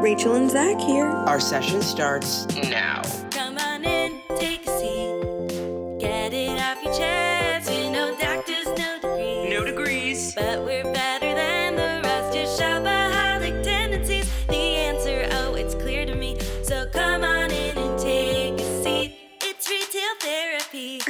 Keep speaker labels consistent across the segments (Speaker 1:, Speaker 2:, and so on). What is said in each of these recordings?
Speaker 1: Rachel and Zach here.
Speaker 2: Our session starts now.
Speaker 3: Come on in, take a seat. Get it off your chest. We're no doctors, no degrees.
Speaker 2: degrees.
Speaker 3: But we're better than the rest. Your shopaholic tendencies. The answer, oh, it's clear to me. So come on in and take a seat. It's retail therapy.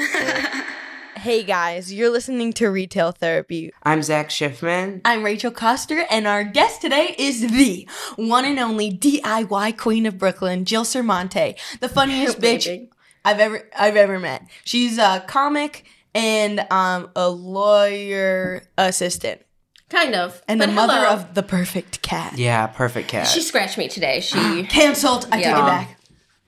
Speaker 4: Hey guys, you're listening to Retail Therapy.
Speaker 2: I'm Zach Schiffman.
Speaker 5: I'm Rachel Coster, and our guest today is the one and only DIY queen of Brooklyn, Jill Sermonte, the funniest bitch I've ever I've ever met. She's a comic and um, a lawyer assistant,
Speaker 6: Kind of.
Speaker 5: and
Speaker 6: but
Speaker 5: the mother
Speaker 6: hello.
Speaker 5: of the perfect cat.
Speaker 2: Yeah, perfect cat.
Speaker 6: She scratched me today. She.
Speaker 5: Ah, Cancelled. I take
Speaker 6: Yeah.
Speaker 5: it back.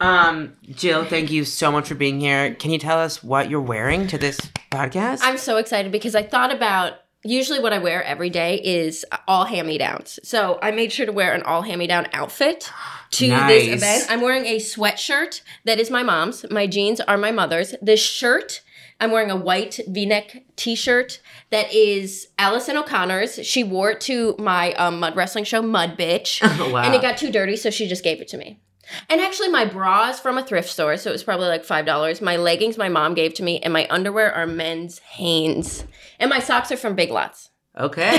Speaker 2: um, Jill, thank you so much for being here. Can you tell us what you're wearing to this podcast?
Speaker 6: I'm so excited because I thought about usually what I wear every day is all hand me downs. So I made sure to wear an all hand me down outfit to
Speaker 2: Nice.
Speaker 6: this event. I'm wearing a sweatshirt that is my mom's. My jeans are my mother's. This shirt. I'm wearing a white V-neck T-shirt that is Allison O'Connor's. She wore it to my um, mud wrestling show, Mud Bitch,
Speaker 2: Oh, Wow.
Speaker 6: and it got too dirty, so she just gave it to me. And actually, my bra is from a thrift store, so it was probably like five dollars. My leggings my mom gave to me, and my underwear are men's Hanes, and my socks are from Big Lots.
Speaker 2: okay,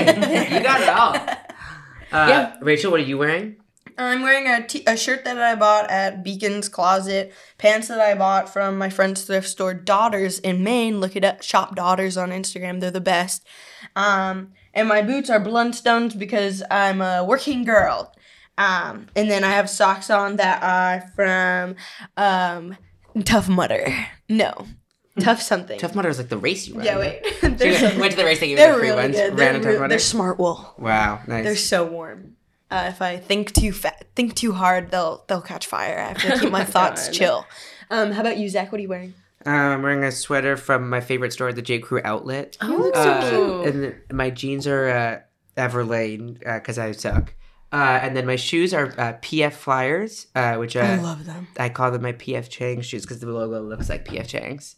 Speaker 2: you got it all. Uh,
Speaker 6: Yeah.
Speaker 2: Rachel, what are you wearing?
Speaker 5: I'm wearing a, t- a shirt that I bought at Beacon's Closet, pants that I bought from my friend's thrift store, Daughters in Maine. Look it up, shop Daughters on Instagram. They're the best. Um, and my boots are Blundstones because I'm a working girl. Um, and then I have socks on that are from um, Tough Mudder. No, Tough something.
Speaker 2: Tough Mudder is like the race you run.
Speaker 5: yeah, wait.
Speaker 2: You
Speaker 5: they're
Speaker 2: went-
Speaker 5: so,
Speaker 2: went to the race that you
Speaker 5: they're
Speaker 2: free
Speaker 5: really
Speaker 2: ones,
Speaker 5: good.
Speaker 2: ran
Speaker 5: They're,
Speaker 2: in Tough
Speaker 5: re-
Speaker 2: Mudder?
Speaker 5: they're smart wool.
Speaker 2: Wow, nice.
Speaker 5: They're so warm. Uh, if I think too fa- think too hard, they'll they'll catch fire. I have to keep my thoughts chill. Um, how about you, Zach? What are you wearing?
Speaker 2: Uh, I'm wearing a sweater from my favorite store, the J. Crew outlet.
Speaker 6: Oh,
Speaker 2: Uh, and th- my jeans are uh, Everlane because I suck. Uh, and then my shoes are uh, PF Flyers, uh, which uh, I,
Speaker 5: them.
Speaker 2: call them my PF Chang shoes because the logo looks like PF Chang's,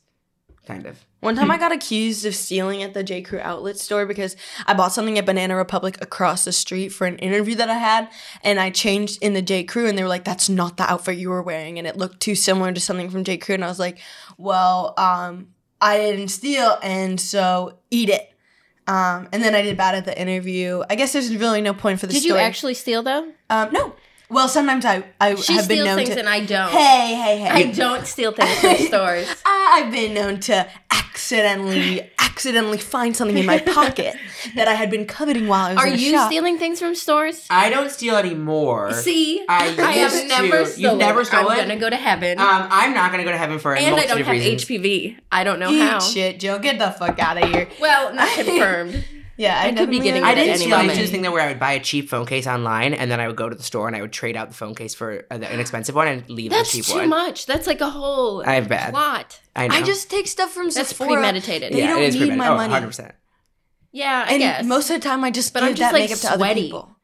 Speaker 2: kind of.
Speaker 5: One time I
Speaker 6: Hmm.
Speaker 5: got accused of stealing at the J. Crew outlet store because I bought something at Banana Republic across the street for an interview that I had, and I changed in the J. Crew, and they were like, "That's not the outfit you were wearing," and it looked too similar to something from J. Crew, and I was like, "Well, um, I didn't steal, and so eat it." Um, and then I did bad at the interview. I guess there's really no point for the
Speaker 6: Did you
Speaker 5: story.
Speaker 6: actually steal though?
Speaker 5: Um, no. Well, sometimes I I
Speaker 6: She
Speaker 5: have been
Speaker 6: steals
Speaker 5: known
Speaker 6: things
Speaker 5: to.
Speaker 6: and I don't.
Speaker 5: hey, hey, hey!
Speaker 6: I don't steal things from stores.
Speaker 5: Uh, I've been known to accidentally, accidentally find something in my pocket that I had been coveting while I was
Speaker 6: Are
Speaker 5: in a
Speaker 6: you
Speaker 5: shop.
Speaker 6: stealing things from stores?
Speaker 2: I don't steal anymore.
Speaker 6: See,
Speaker 2: I used
Speaker 6: have never
Speaker 2: to. You've
Speaker 6: stolen.
Speaker 2: never stolen?
Speaker 6: I'm gonna go to heaven,
Speaker 5: Uh,
Speaker 2: Um, I'm not gonna go to heaven for a
Speaker 6: and I
Speaker 2: multitude
Speaker 6: don't
Speaker 2: of
Speaker 6: have
Speaker 2: reasons.
Speaker 6: HPV. I don't know
Speaker 5: Eat
Speaker 6: how.
Speaker 5: shit, Jill. Get the fuck out of here.
Speaker 6: Well, not confirmed.
Speaker 5: Yeah, I,
Speaker 6: could be
Speaker 5: definitely-
Speaker 6: getting
Speaker 2: I
Speaker 6: it at
Speaker 2: didn't
Speaker 6: any
Speaker 2: steal. I
Speaker 6: moment.
Speaker 2: did this thing though where I would buy a cheap phone case online, and then I would go to the store and I would trade out the phone case for uh, the inexpensive one and leave
Speaker 6: That's
Speaker 2: the cheap
Speaker 6: too
Speaker 2: one.
Speaker 6: much. That's like a whole
Speaker 2: I'm bad.
Speaker 6: plot.
Speaker 2: I know.
Speaker 5: I just take stuff from
Speaker 6: That's
Speaker 5: Sephora.
Speaker 6: premeditated.
Speaker 5: They
Speaker 2: yeah,
Speaker 5: don't
Speaker 2: it is
Speaker 5: need
Speaker 2: pretty
Speaker 5: my
Speaker 2: bad. Oh,
Speaker 5: money.
Speaker 2: 100%.
Speaker 6: Yeah, I
Speaker 5: And
Speaker 6: guess.
Speaker 5: most of the time, I just
Speaker 6: But
Speaker 5: give
Speaker 6: I'm just,
Speaker 5: that
Speaker 6: like,
Speaker 5: makeup to other
Speaker 6: sweaty.
Speaker 5: people.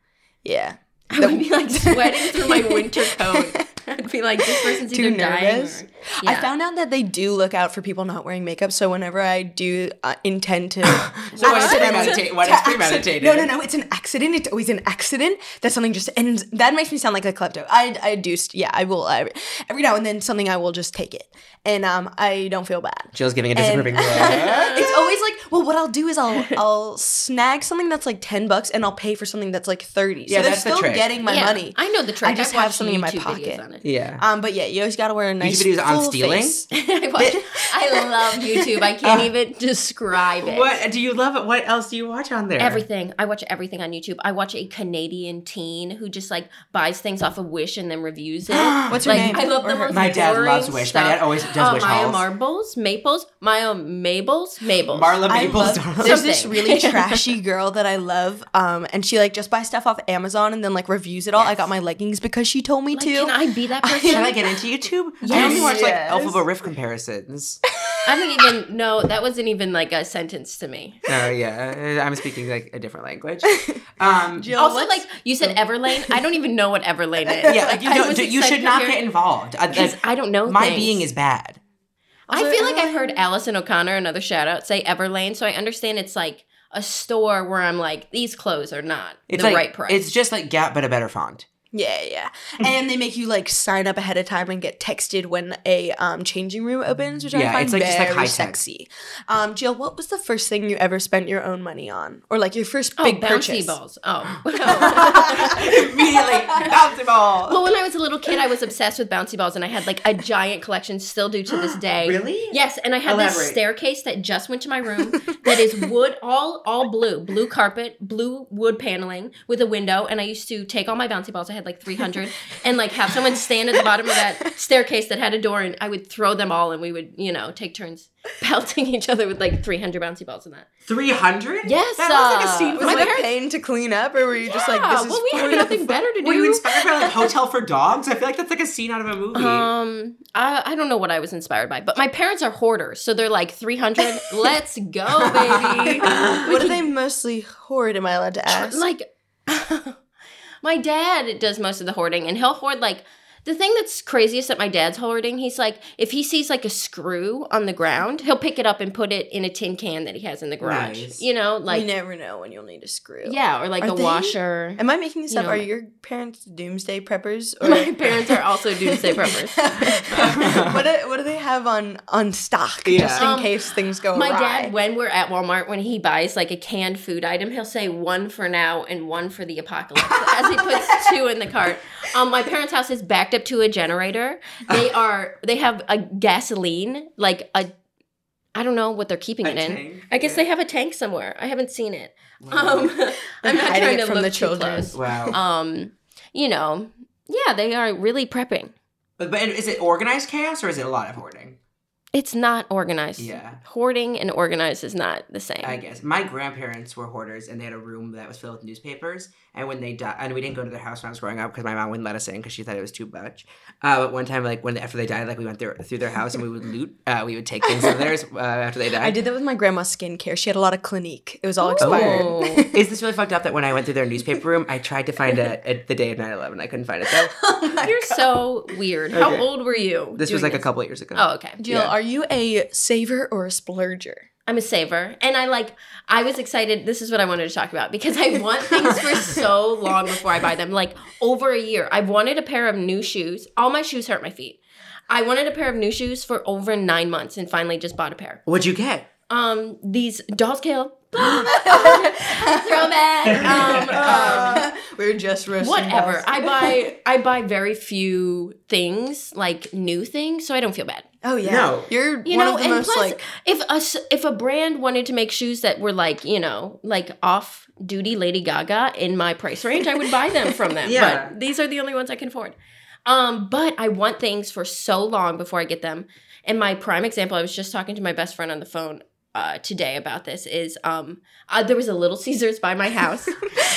Speaker 5: Yeah.
Speaker 6: I would be like sweating through my winter coat. I'd be like, this person's
Speaker 5: Too
Speaker 6: either dying. Or,
Speaker 5: nervous? I
Speaker 6: Yeah.
Speaker 5: found out that they do look out for people not wearing makeup. So whenever I do uh, intend to,
Speaker 2: So what is
Speaker 5: accident-
Speaker 2: premeditated? What
Speaker 5: to
Speaker 2: is
Speaker 5: acci-
Speaker 2: premeditated?
Speaker 5: No, no, no. It's an accident. It's always an accident that something just ends. That makes me sound like a klepto. I, I do. st- Yeah, I will. I, every now and then, something I will just take it, and um, I don't feel bad.
Speaker 2: Jill's giving a
Speaker 5: And-
Speaker 2: disapproving look.
Speaker 5: it's always like, well, what I'll do is I'll I'll snag something that's like ten bucks, and I'll pay for something that's like thirty.
Speaker 2: Yeah,
Speaker 5: so they're
Speaker 2: that's the
Speaker 5: still
Speaker 2: trick.
Speaker 5: getting my
Speaker 6: Yeah,
Speaker 5: money.
Speaker 6: I know the trick.
Speaker 5: I just
Speaker 6: I've
Speaker 5: have
Speaker 6: watched
Speaker 5: something in my
Speaker 6: YouTube videos
Speaker 5: pocket.
Speaker 6: on it.
Speaker 2: yeah.
Speaker 5: Um, but yeah, you always got to wear a nice
Speaker 2: videos on
Speaker 5: full
Speaker 2: stealing?
Speaker 5: face.
Speaker 6: I, watch, I love YouTube. I
Speaker 5: Uh,
Speaker 6: can't even describe it.
Speaker 2: What do you love? it? What else do you watch on there?
Speaker 6: Everything. I watch everything on YouTube. I watch a Canadian teen who just like buys things off of Wish and then reviews it.
Speaker 5: What's her
Speaker 6: like,
Speaker 5: name?
Speaker 6: I love
Speaker 5: Or
Speaker 6: the
Speaker 5: her-
Speaker 6: most
Speaker 2: My dad
Speaker 6: boring
Speaker 2: loves Wish. My
Speaker 6: stuff.
Speaker 2: dad always does
Speaker 6: uh,
Speaker 2: Wish
Speaker 6: Maya
Speaker 2: hauls.
Speaker 6: Marbles, Maples, Maya Mables, Mables.
Speaker 2: Marla
Speaker 5: I
Speaker 2: Maples.
Speaker 5: love-
Speaker 2: darling.
Speaker 5: there's this
Speaker 6: Something.
Speaker 5: really trashy girl that I love, um, and she like just buys stuff off Amazon and then like reviews it all. I got my leggings because she told me
Speaker 6: Like,
Speaker 5: to.
Speaker 6: Can I be that
Speaker 2: Can
Speaker 6: person?
Speaker 2: I get into YouTube? I
Speaker 6: Yes.
Speaker 2: only watch like
Speaker 5: Yes.
Speaker 2: Alphabet Riff comparisons.
Speaker 6: I don't even know. That wasn't even like a sentence to me.
Speaker 2: Oh yeah, I'm speaking like a different language. Um,
Speaker 5: Jill,
Speaker 6: also,
Speaker 5: what's-
Speaker 6: like you said, Everlane. I don't even know what Everlane is.
Speaker 2: yeah, like you,
Speaker 6: I
Speaker 2: don't,
Speaker 6: was
Speaker 2: do- you should
Speaker 6: excited
Speaker 2: not
Speaker 6: to
Speaker 2: get
Speaker 6: hear-
Speaker 2: involved. I,
Speaker 6: because
Speaker 2: like,
Speaker 6: I don't know.
Speaker 2: my
Speaker 6: things.
Speaker 2: being is bad.
Speaker 6: I feel like I've heard Allison O'Connor, another shout out, say Everlane. So I understand it's like a store where I'm like, these clothes are not
Speaker 2: It's
Speaker 6: the
Speaker 2: like,
Speaker 6: right price.
Speaker 2: It's just like Gap, but a better font.
Speaker 5: Yeah, yeah. and they make you like sign up ahead of time and get texted when a um, changing room opens, which
Speaker 2: Yeah,
Speaker 5: I find
Speaker 2: it's, like,
Speaker 5: very
Speaker 2: just, like, high tech.
Speaker 5: sexy. Um, Jill, what was the first thing you ever spent your own money on, or like your first
Speaker 6: Oh,
Speaker 5: big
Speaker 6: bouncy
Speaker 5: purchase?
Speaker 6: balls. Oh.
Speaker 2: Immediately, bouncy ball.
Speaker 6: well, when I was a little kid, I was obsessed with bouncy balls, and I had like a giant collection, still do to this day.
Speaker 2: Really?
Speaker 6: Yes, and I had this
Speaker 2: Elaborate.
Speaker 6: staircase that just went to my room that is wood, all all blue, blue carpet, blue wood paneling with a window. And I used to take all my bouncy balls. I had like three hundred, and like have someone stand at the bottom of that staircase that had a door, and I would throw them all, and we would you know take turns pelting each other with like three hundred bouncy balls in that.
Speaker 2: 300?
Speaker 6: Yes,
Speaker 2: That was like
Speaker 6: uh,
Speaker 2: a scene from
Speaker 5: Was
Speaker 6: My
Speaker 5: it
Speaker 2: like,
Speaker 5: a pain to clean up, or were you just like,
Speaker 6: Ah,
Speaker 5: this is
Speaker 6: well, we had
Speaker 5: fun?
Speaker 6: nothing better to do.
Speaker 2: were you inspired by like Hotel for Dogs? I feel like that's like a scene out of a movie.
Speaker 6: Um, I, I don't know what I was inspired by, but my parents are hoarders, so they're like 300. Let's go, baby.
Speaker 5: What do they mostly hoard? Am I allowed to ask?
Speaker 6: like, my dad does most of the hoarding, and he'll hoard like the thing that's craziest that my dad's hoarding. He's like, if he sees like a screw on the ground, he'll pick it up and put it in a tin can that he has in the garage.
Speaker 2: Nice.
Speaker 6: You know, like
Speaker 5: you never know when you'll need a screw.
Speaker 6: yeah, or like
Speaker 5: Are
Speaker 6: a
Speaker 5: they-
Speaker 6: washer.
Speaker 5: Am I making this
Speaker 6: You
Speaker 5: up?
Speaker 6: know,
Speaker 5: Are
Speaker 6: like-
Speaker 5: your parents doomsday preppers?
Speaker 6: my parents are also doomsday preppers.
Speaker 5: what do, what do they have on on stock just in
Speaker 6: Um,
Speaker 5: case things go
Speaker 6: My
Speaker 5: awry?
Speaker 6: dad, when we're at Walmart, when he buys like a canned food item, he'll say one for now and one for the apocalypse as he puts two in the cart. Um, my parents' house is backed up to a generator. They are they have a gasoline like a I don't know what they're keeping
Speaker 2: A
Speaker 6: it in.
Speaker 2: tank?
Speaker 6: I guess
Speaker 2: Yeah.
Speaker 6: they have a tank somewhere. I haven't seen it.
Speaker 2: Wow.
Speaker 6: Um, I'm not
Speaker 5: hiding
Speaker 6: trying
Speaker 5: it
Speaker 6: to
Speaker 5: from
Speaker 6: look
Speaker 5: the
Speaker 6: too
Speaker 5: children.
Speaker 6: close.
Speaker 2: wow.
Speaker 6: Um, you know, yeah, they are really prepping.
Speaker 2: but, but is it organized chaos or is it a lot of hoarding?
Speaker 6: It's not organized.
Speaker 2: Yeah.
Speaker 6: Hoarding and organized is not the same.
Speaker 2: I guess my grandparents were hoarders, and they had a room that was filled with newspapers. And when they died, and we didn't go to their house when I was growing up because my mom wouldn't let us in because she thought it was too much. Uh, but one time, like when after they died, like we went through, through their house and we would loot. Uh, we would take things from theirs uh, after they died.
Speaker 5: I did that with my grandma's skincare. She had a lot of Clinique. It was all expired.
Speaker 6: Oh.
Speaker 2: Is this really fucked up that when I went through their newspaper room, I tried to find it at the day of 9-11. I couldn't find it though.
Speaker 6: You're so weird. How
Speaker 2: Okay.
Speaker 6: old were you?
Speaker 2: This was
Speaker 6: doing
Speaker 2: like a couple years ago.
Speaker 6: Oh, okay.
Speaker 5: Jill,
Speaker 2: Yeah.
Speaker 5: are you a saver or a splurger?
Speaker 6: I'm a saver. And I like, I was excited. This is what I wanted to talk about because I want things for so long before I buy them. Like, over a year. I wanted a pair of new shoes. All my shoes hurt my feet. I wanted a pair of new shoes for over nine months and finally just bought a pair.
Speaker 2: What'd you get?
Speaker 6: Um, these Doll's Kill. Throwback. Um, um,
Speaker 5: we were just roasting.
Speaker 6: whatever.
Speaker 5: balls.
Speaker 6: I buy I buy very few things, like new things, so I don't feel bad.
Speaker 5: oh yeah.
Speaker 2: No.
Speaker 5: You're
Speaker 6: you
Speaker 5: one
Speaker 6: know
Speaker 5: of the
Speaker 6: and
Speaker 5: most
Speaker 6: plus
Speaker 5: like
Speaker 6: if a s- if a brand wanted to make shoes that were like you know like off duty lady gaga in my price range i would buy them from them
Speaker 2: Yeah.
Speaker 6: but these are the only ones i can afford um but i want things for so long before i get them and my prime example i was just talking to my best friend on the phone uh, today about this is um uh, there was a little caesars by my house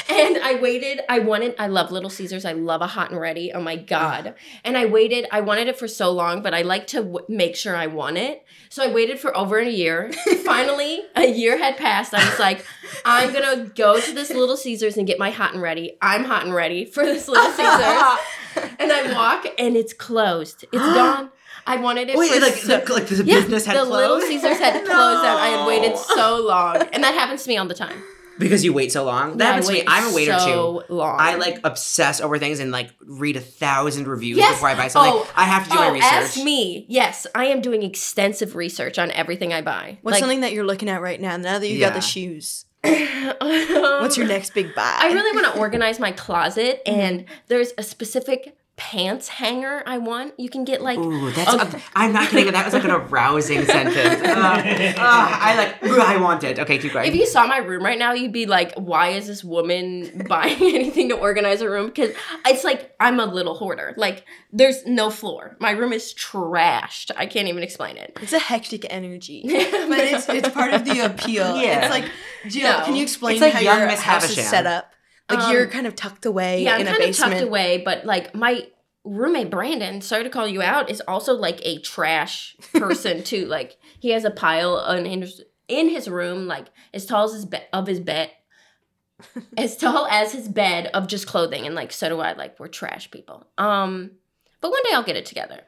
Speaker 6: and i waited i wanted i love little caesars i love a hot and ready oh my god and i waited i wanted it for so long but i like to w- make sure i want it so i waited for over a year finally a year had passed i was like i'm gonna go to this little caesars and get my hot and ready i'm hot and ready for this little
Speaker 2: Uh,
Speaker 6: caesars and i walk and it's closed it's gone i wanted it for
Speaker 2: Wait, like,
Speaker 6: so-
Speaker 2: like, like the business had
Speaker 6: the Little
Speaker 2: closed?
Speaker 6: Caesars had closed out. I had waited so long, and that happens to me all the time.
Speaker 2: because you wait so long. That
Speaker 6: Yeah, I
Speaker 2: happens to me.
Speaker 6: wait
Speaker 2: I'm a waiter too.
Speaker 6: so long.
Speaker 2: I like obsess over things and like read a thousand reviews
Speaker 6: Yes.
Speaker 2: before I buy something.
Speaker 6: Oh.
Speaker 2: I have to do my
Speaker 6: Oh,
Speaker 2: research.
Speaker 6: ask me. Yes, I am doing extensive research on everything I buy.
Speaker 5: what's
Speaker 6: Like,
Speaker 5: something that you're looking at right now. Now that you got
Speaker 2: Yeah.
Speaker 5: the shoes,
Speaker 6: um,
Speaker 5: what's your next big buy?
Speaker 6: I really want to organize my closet,
Speaker 5: Mm-hmm.
Speaker 6: and there's a specific pants hanger I want. You can get like
Speaker 2: Ooh, that's. I'm not kidding. That was like an arousing sentence. Ugh. Ugh, I like. ooh, I want it. Okay, keep going.
Speaker 6: If you saw my room right now, you'd be like, why is this woman buying anything to organize her room? Because it's like, I'm a little hoarder. Like, there's no floor. My room is trashed. I can't even explain it.
Speaker 5: It's a hectic energy, but it's it's part of the appeal.
Speaker 2: Yeah.
Speaker 5: It's like, Jill,
Speaker 6: No.
Speaker 5: can you explain
Speaker 2: It's like
Speaker 5: how
Speaker 2: young
Speaker 5: your
Speaker 2: Miss
Speaker 5: house is
Speaker 2: Havisham.
Speaker 5: set up? Like
Speaker 6: Um,
Speaker 5: you're kind of tucked away
Speaker 6: yeah, I'm
Speaker 5: in a
Speaker 6: kind of
Speaker 5: basement.
Speaker 6: tucked away, but like, my roommate Brandon, sorry to call you out, is also like a trash person too. Like, he has a pile in his, in his room, like, as tall as his bed, of his bed. as tall as his bed of just clothing and like so do i like we're trash people um but one day i'll get it together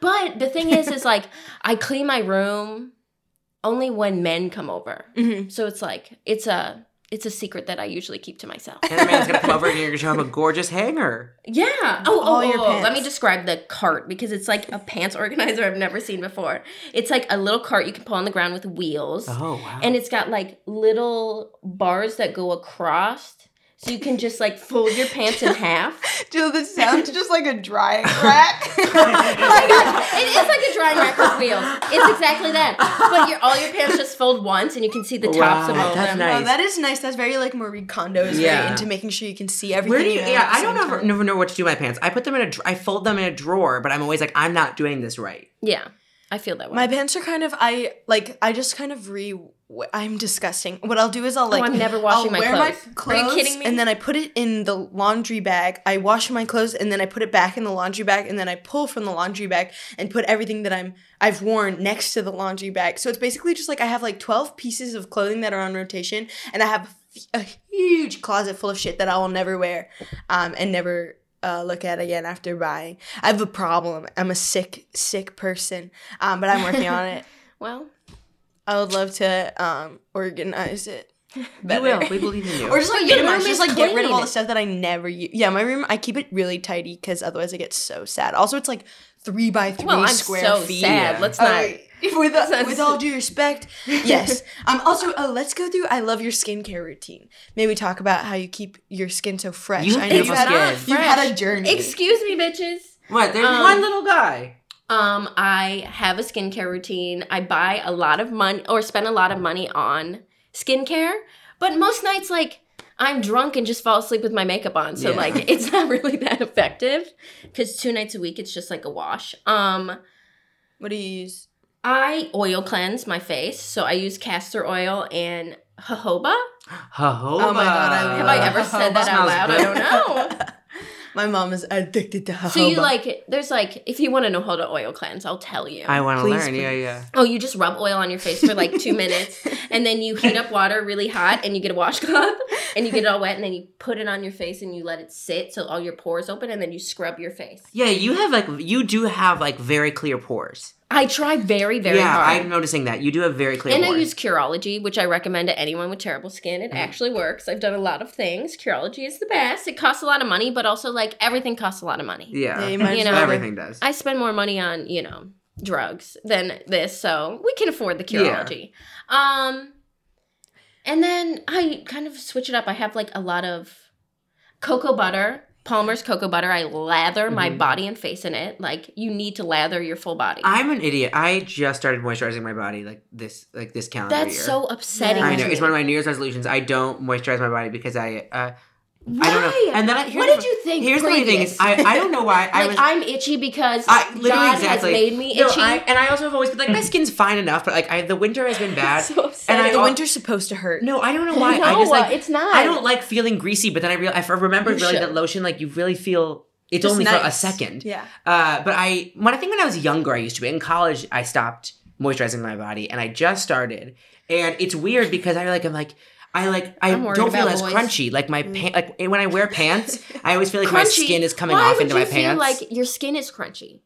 Speaker 6: but the thing is is like i clean my room only when men come over
Speaker 5: Mhm.
Speaker 6: so it's like it's a It's a secret that I usually keep to myself.
Speaker 2: And the man's gonna come over and you're gonna show him a gorgeous hanger.
Speaker 6: Yeah. Oh, oh,
Speaker 5: All your
Speaker 6: oh, oh, let
Speaker 5: pants.
Speaker 6: me describe the cart because it's like a pants organizer I've never seen before. It's like a little cart you can pull on the ground with wheels.
Speaker 5: Uh-huh.
Speaker 2: Oh wow.
Speaker 6: And it's got like little bars that go across. So you can just like fold your pants in half.
Speaker 5: Dude, this sounds just like a drying rack. Oh
Speaker 6: It is like a drying rack with wheels. It's exactly that. But your, all your pants just fold once and you can see the tops of
Speaker 2: Wow,
Speaker 6: all of
Speaker 2: that's
Speaker 6: them.
Speaker 2: nice.
Speaker 5: Oh, that is nice. That's very like Marie Kondo is
Speaker 2: Yeah.
Speaker 5: very into making sure you can see everything.
Speaker 2: Where do you?
Speaker 5: have
Speaker 2: Yeah,
Speaker 5: at the
Speaker 2: I don't
Speaker 5: same
Speaker 2: ever
Speaker 5: time.
Speaker 2: never know what to do with my pants. I put them in a. dr- I fold them in a drawer, but I'm always like, I'm not doing this right.
Speaker 6: Yeah. I feel that way.
Speaker 5: My pants are kind of I like I just kind of re. I'm disgusting. What I'll do is I'll like
Speaker 6: Oh, I'm never washing
Speaker 5: I'll
Speaker 6: my
Speaker 5: wear
Speaker 6: clothes. Are
Speaker 5: My
Speaker 6: you
Speaker 5: clothes
Speaker 6: kidding me?
Speaker 5: And then I put it in the laundry bag. I wash my clothes and then I put it back in the laundry bag and then I pull from the laundry bag and put everything that I'm I've worn next to the laundry bag. So it's basically just like I have like 12 pieces of clothing that are on rotation and I have a f- a huge closet full of shit that I will never wear um and never uh, look at again after buying. I have a problem. I'm a sick, sick person, um, but I'm working on it.
Speaker 6: well,
Speaker 5: I would love to um, organize it. Better.
Speaker 2: You will. We believe in you.
Speaker 5: Or just like
Speaker 6: But
Speaker 5: get
Speaker 6: your
Speaker 5: rid-
Speaker 6: room
Speaker 5: just
Speaker 6: is
Speaker 5: like get rid of all
Speaker 6: clean.
Speaker 5: the stuff that I never use. Yeah, my room I keep it really tidy because otherwise I get so sad. Also, it's like three by three
Speaker 6: well, I'm
Speaker 5: square
Speaker 6: so
Speaker 5: feet. Oh,
Speaker 6: sad. Let's
Speaker 5: All
Speaker 6: not.
Speaker 5: right. With, uh,
Speaker 6: That's-
Speaker 5: with all due respect, yes. Um. Also, oh, let's go through. I love your skincare routine. May we talk about how you keep your skin so fresh.
Speaker 2: You
Speaker 5: I
Speaker 2: think
Speaker 5: you
Speaker 2: it's
Speaker 5: had,
Speaker 2: good.
Speaker 5: you had a journey.
Speaker 6: Excuse me, bitches.
Speaker 2: what? There's
Speaker 6: Um,
Speaker 2: one little guy.
Speaker 6: Um, I have a skincare routine. I buy a lot of money or spend a lot of money on skincare, but most nights, like, I'm drunk and just fall asleep with my makeup on. So,
Speaker 2: Yeah.
Speaker 6: like, it's not really that effective because two nights a week, it's just like a wash. Um,
Speaker 5: what do you use?
Speaker 6: I oil cleanse my face. So, I use castor oil and jojoba.
Speaker 2: Jehovah.
Speaker 5: Oh my god! I
Speaker 6: Have
Speaker 5: love
Speaker 6: I ever said that
Speaker 2: Smells
Speaker 6: out loud? I
Speaker 2: good.
Speaker 6: don't know.
Speaker 5: My mom is addicted to jojoba.
Speaker 6: So, you like, there's like, if you want to know how to oil cleanse, I'll tell you.
Speaker 2: I want to
Speaker 5: Please,
Speaker 2: learn. Yeah, yeah.
Speaker 6: Oh, you just rub oil on your face for like two minutes, and then you heat up water really hot, and you get a washcloth, and you get it all wet, and then you put it on your face, and you let it sit so all your pores open, and then you scrub your face.
Speaker 2: Yeah, you have like you do have like very clear pores.
Speaker 6: I try very, very
Speaker 2: yeah, I'm
Speaker 6: hard.
Speaker 2: noticing that you do have very clear
Speaker 6: and
Speaker 2: pores.
Speaker 6: I use Curology, which I recommend to anyone with terrible skin. It actually works. I've done a lot of things. Curology is the best. It costs a lot of money, but also like everything costs a lot of money.
Speaker 2: yeah,
Speaker 5: Yeah, you might
Speaker 6: You
Speaker 5: as
Speaker 6: know,
Speaker 5: well.
Speaker 2: everything does.
Speaker 6: I spend more money on, you know, drugs than this, so we can afford the
Speaker 2: Yeah.
Speaker 6: Curology. Um and then I kind of switch it up. I have like a lot of cocoa butter, Palmer's cocoa butter. I lather my
Speaker 2: Mhm.
Speaker 6: body and face in it. Like you need to lather your full body.
Speaker 2: I'm an idiot. I just started moisturizing my body like this, like this calendar
Speaker 6: That's
Speaker 2: year.
Speaker 6: so upsetting.
Speaker 5: Yeah.
Speaker 2: I
Speaker 6: to
Speaker 2: know.
Speaker 6: me.
Speaker 2: It's one of my New Year's resolutions. I don't moisturize my body because I, uh,
Speaker 6: Why?
Speaker 2: I don't know. And then I, here's
Speaker 6: what
Speaker 2: the-
Speaker 6: did you think?
Speaker 2: Here's the only thing is,
Speaker 6: previous?
Speaker 2: I, I don't know why I
Speaker 6: like
Speaker 2: was.
Speaker 6: I'm itchy because
Speaker 2: I- literally
Speaker 6: God
Speaker 2: exactly.
Speaker 6: has made me
Speaker 2: no,
Speaker 6: itchy.
Speaker 2: I, and I also have always been like my skin's fine enough, but like I, the winter has been bad.
Speaker 6: so upsetting.
Speaker 2: and I
Speaker 5: the
Speaker 2: al-
Speaker 5: winter's supposed to hurt.
Speaker 2: No, I don't know why.
Speaker 6: no,
Speaker 2: I just like
Speaker 6: it's not.
Speaker 2: I don't like feeling greasy, but then I real I f- remembered
Speaker 6: You
Speaker 2: really
Speaker 6: should.
Speaker 2: that lotion like you really feel it's
Speaker 5: Just
Speaker 2: only for a
Speaker 5: nice.
Speaker 2: second.
Speaker 5: Yeah.
Speaker 2: Uh, but I when I think when I was younger I used to. In college I stopped moisturizing my body and I just started. And it's weird because I like I'm like I like I
Speaker 6: I'm worried
Speaker 2: don't feel
Speaker 6: about
Speaker 2: as
Speaker 6: boys. Mm.
Speaker 2: crunchy. Like my pa- like eh, when I wear pants, I always feel like my
Speaker 6: Crunchy.
Speaker 2: skin is coming
Speaker 6: Why
Speaker 2: off
Speaker 6: would
Speaker 2: into
Speaker 6: you
Speaker 2: my pants.
Speaker 6: Feel like your skin is crunchy.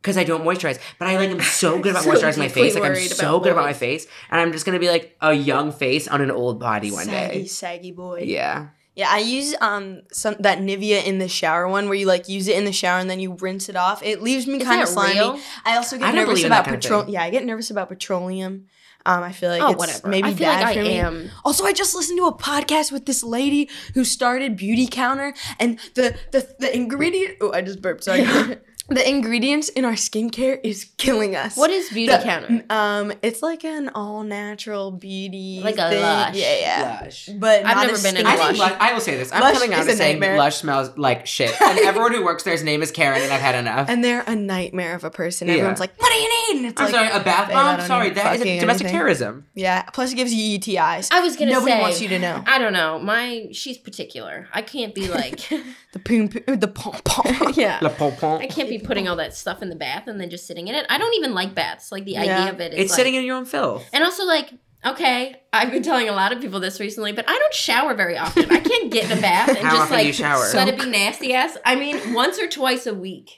Speaker 2: because I don't moisturize. But I like am so good about
Speaker 6: So
Speaker 2: moisturizing my
Speaker 6: deeply
Speaker 2: face. Like I'm
Speaker 6: worried
Speaker 2: so
Speaker 6: about
Speaker 2: good about my
Speaker 6: boys.
Speaker 2: face, and I'm just gonna be like a young face on an old body one
Speaker 5: saggy,
Speaker 2: day.
Speaker 5: saggy boy.
Speaker 2: Yeah,
Speaker 5: Yeah, I use um some that Nivea in the shower one where you like use it in the shower and then you rinse it off. It leaves me
Speaker 6: Is
Speaker 5: kind of
Speaker 6: that
Speaker 5: slimy.
Speaker 6: real?
Speaker 5: I also get
Speaker 2: I don't
Speaker 5: nervous
Speaker 2: believe in that
Speaker 5: about
Speaker 2: kind of
Speaker 5: petroleum.
Speaker 2: thing.
Speaker 5: Yeah, I get nervous about petroleum. Um, I feel like
Speaker 6: oh,
Speaker 5: it's
Speaker 6: whatever.
Speaker 5: maybe
Speaker 6: I feel
Speaker 5: bad
Speaker 6: like I
Speaker 5: for me.
Speaker 6: am.
Speaker 5: Also, I just listened to a podcast with this lady who started Beauty Counter, and the the, the ingredient. Oh, I just burped. Sorry. the ingredients in our skincare is killing us.
Speaker 6: What is beauty
Speaker 5: The-
Speaker 6: counter?
Speaker 5: Um, it's like an all natural beauty,
Speaker 6: Like a
Speaker 5: thing.
Speaker 6: Lush.
Speaker 5: Yeah, yeah.
Speaker 2: Lush.
Speaker 5: But
Speaker 6: I've
Speaker 5: not
Speaker 6: never
Speaker 5: as
Speaker 6: been in
Speaker 2: I
Speaker 5: stinky.
Speaker 2: think
Speaker 6: Lush.
Speaker 2: Lush, I will say this. I'm
Speaker 5: Lush
Speaker 2: coming out
Speaker 5: is
Speaker 2: and
Speaker 5: a
Speaker 2: saying
Speaker 5: nightmare.
Speaker 2: Lush smells like shit, and everyone who works there's name is Karen, and I've had enough.
Speaker 5: and they're a nightmare of a person.
Speaker 2: Yeah.
Speaker 5: Everyone's like, "What do you need?" And it's
Speaker 2: I'm
Speaker 5: like,
Speaker 2: sorry, a bath
Speaker 5: babe, I
Speaker 2: bomb.
Speaker 5: don't
Speaker 2: Sorry,
Speaker 5: need
Speaker 2: that is
Speaker 5: fucking
Speaker 2: a domestic
Speaker 5: anything.
Speaker 2: terrorism.
Speaker 5: yeah. Plus, it gives you UTIs.
Speaker 6: I was gonna
Speaker 5: Nobody
Speaker 6: say
Speaker 5: wants you to know
Speaker 6: I don't know. My she's particular. I can't be like
Speaker 5: the poom, poom the pom pom.
Speaker 6: yeah.
Speaker 2: La pom pom.
Speaker 6: I can't be putting all that stuff in the bath and then just sitting in it. I don't even like baths. Like the
Speaker 5: Yeah.
Speaker 6: idea of it is
Speaker 2: It's
Speaker 6: like,
Speaker 2: sitting in your own filth.
Speaker 6: And also like okay, I've been telling a lot of people this recently, but I don't shower very often. I can't get in a bath and
Speaker 2: How
Speaker 6: just
Speaker 2: often do
Speaker 6: like
Speaker 2: you shower?
Speaker 6: let it be nasty ass. I mean, once or twice a week.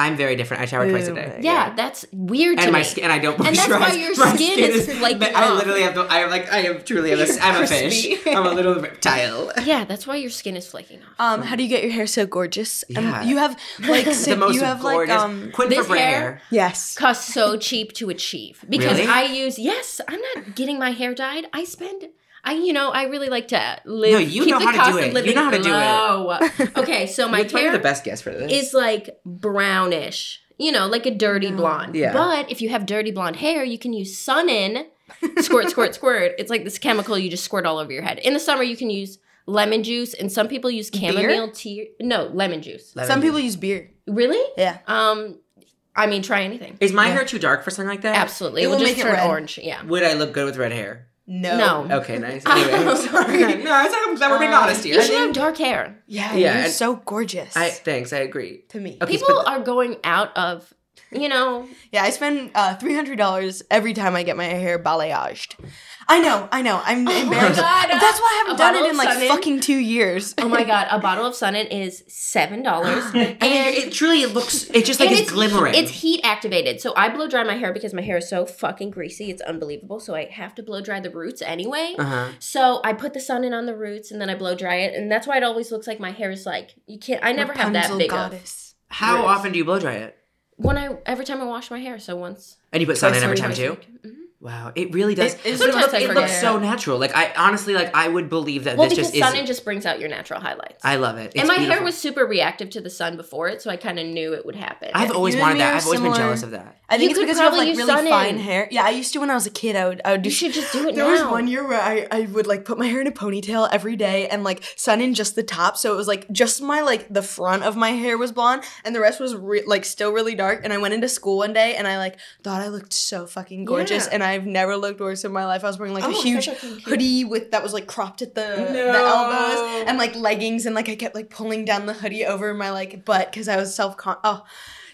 Speaker 2: I'm very different. I shower twice a day.
Speaker 6: Yeah, that's weird to
Speaker 2: And my
Speaker 6: me.
Speaker 2: skin, and I don't.
Speaker 6: And that's why
Speaker 2: moisturize.
Speaker 6: your
Speaker 2: My
Speaker 6: skin is, like,
Speaker 2: I
Speaker 6: long.
Speaker 2: literally have. No, I am like. I am truly. I'm a, I'm a fish.
Speaker 6: crispy.
Speaker 2: I'm a little reptile.
Speaker 6: yeah, that's why your skin is flaking off.
Speaker 4: Um, how do you get your hair so gorgeous? Um,
Speaker 2: Yeah.
Speaker 4: you have like si-
Speaker 2: the most
Speaker 4: you have like
Speaker 2: gorgeous.
Speaker 4: um
Speaker 2: Quinn
Speaker 6: this
Speaker 2: Fabre
Speaker 6: hair-
Speaker 2: hair.
Speaker 4: yes.
Speaker 6: Costs so cheap to achieve because
Speaker 2: Really?
Speaker 6: I use. Yes, I'm not getting my hair dyed. I spend. I you know I really like to live.
Speaker 2: No, you
Speaker 6: keep
Speaker 2: know
Speaker 6: the
Speaker 2: how to
Speaker 6: cost
Speaker 2: do
Speaker 6: of
Speaker 2: it. You
Speaker 6: living
Speaker 2: know how to do
Speaker 6: do it. Okay, so my
Speaker 2: You're probably
Speaker 6: hair
Speaker 2: the best guess for this.
Speaker 6: is like brownish, you know, like a dirty blonde.
Speaker 2: Yeah.
Speaker 6: But if you have dirty blonde hair, you can use sun in, squirt, squirt, squirt. It's like this chemical you just squirt all over your head. In the summer, you can use lemon juice, and some people use chamomile tea. No, lemon juice.
Speaker 2: Lemon
Speaker 5: Some
Speaker 2: juice.
Speaker 5: people use beer.
Speaker 6: Really?
Speaker 5: Yeah.
Speaker 6: Um, I mean, try anything.
Speaker 2: Is my hair too dark for something like that?
Speaker 6: Absolutely,
Speaker 5: It
Speaker 6: it will
Speaker 5: will
Speaker 6: just
Speaker 5: make it
Speaker 6: turn
Speaker 5: red.
Speaker 6: orange. Yeah.
Speaker 2: Would I look good with red hair?
Speaker 5: No.
Speaker 6: No.
Speaker 2: Okay, nice. Anyway, I'm sorry. no, it's, I'm glad we're being
Speaker 5: Um,
Speaker 2: honest here.
Speaker 6: Uh, You
Speaker 2: I
Speaker 6: should have
Speaker 2: think-
Speaker 6: dark hair.
Speaker 5: Yeah,
Speaker 2: Yeah,
Speaker 5: you're
Speaker 2: and-
Speaker 5: so gorgeous
Speaker 2: I thanks. I agree.
Speaker 5: to me.
Speaker 2: Okay,
Speaker 6: People
Speaker 2: but- Oh
Speaker 6: are going out of, you know,
Speaker 5: Yeah, I spend uh, three hundred dollars every time I get my hair balayaged. I know, I know. I'm embarrassed.
Speaker 6: Oh God, uh,
Speaker 5: That's why I
Speaker 6: a
Speaker 5: haven't done
Speaker 6: bottle
Speaker 5: it
Speaker 6: of
Speaker 5: in like
Speaker 6: Sun-In.
Speaker 5: fucking two years.
Speaker 6: Oh my god, a bottle of Sun-In is seven dollars, and
Speaker 2: and it truly looks. It just like
Speaker 6: and
Speaker 2: it's, glimmering.
Speaker 6: It's heat activated. So I blow dry my hair because my hair is so fucking greasy. It's unbelievable. So I have to blow dry the roots anyway.
Speaker 2: uh-huh.
Speaker 6: So I put the sun in on the roots and then I blow dry it, and that's why it always looks like my hair is like you can't. I never have that
Speaker 5: Rapunzel
Speaker 6: big of.
Speaker 5: goddess.
Speaker 2: How
Speaker 6: Roots.
Speaker 2: often do you blow dry it?
Speaker 6: When I every time I wash my hair, so once.
Speaker 2: And you put sun in every time
Speaker 6: twice a
Speaker 2: too.
Speaker 6: week. Mm-hmm.
Speaker 2: Wow, it really does.
Speaker 5: It- it's
Speaker 2: but it,
Speaker 6: sometimes
Speaker 2: look-
Speaker 6: I
Speaker 2: it
Speaker 6: forget.
Speaker 2: looks so natural. Like I honestly, like I would believe that
Speaker 6: Well,
Speaker 2: this
Speaker 6: because
Speaker 2: just
Speaker 6: sun
Speaker 2: is.
Speaker 6: in just brings out your natural highlights.
Speaker 2: I love it. It's
Speaker 6: and my hair
Speaker 2: beautiful.
Speaker 6: was super reactive to the sun before it, so I kind of knew it would happen.
Speaker 2: I've always
Speaker 5: You and
Speaker 2: wanted
Speaker 5: me
Speaker 2: that.
Speaker 5: are
Speaker 2: I've always been
Speaker 5: similar.
Speaker 2: jealous of that.
Speaker 5: I think
Speaker 6: You
Speaker 5: it's
Speaker 6: could
Speaker 5: because I have
Speaker 6: probably
Speaker 5: like
Speaker 6: use
Speaker 5: really
Speaker 6: Sun-In.
Speaker 5: fine hair. Yeah, I used to when I was a kid. I would I would do
Speaker 6: you should just do it
Speaker 5: There
Speaker 6: now.
Speaker 5: was one year where I, I would like put my hair in a ponytail every day and like sun in just the top. So it was like just my like the front of my hair was blonde and the rest was re- like still really dark. And I went into school one day and I like thought I looked so fucking gorgeous
Speaker 6: Yeah.
Speaker 5: and I've never looked worse in my life. I was wearing like
Speaker 6: Oh,
Speaker 5: a
Speaker 6: that's
Speaker 5: huge
Speaker 6: fucking cute.
Speaker 5: hoodie with that was like cropped at the, the
Speaker 2: No.
Speaker 5: elbows and like leggings and like I kept like pulling down the hoodie over my like butt because I was self con. Oh.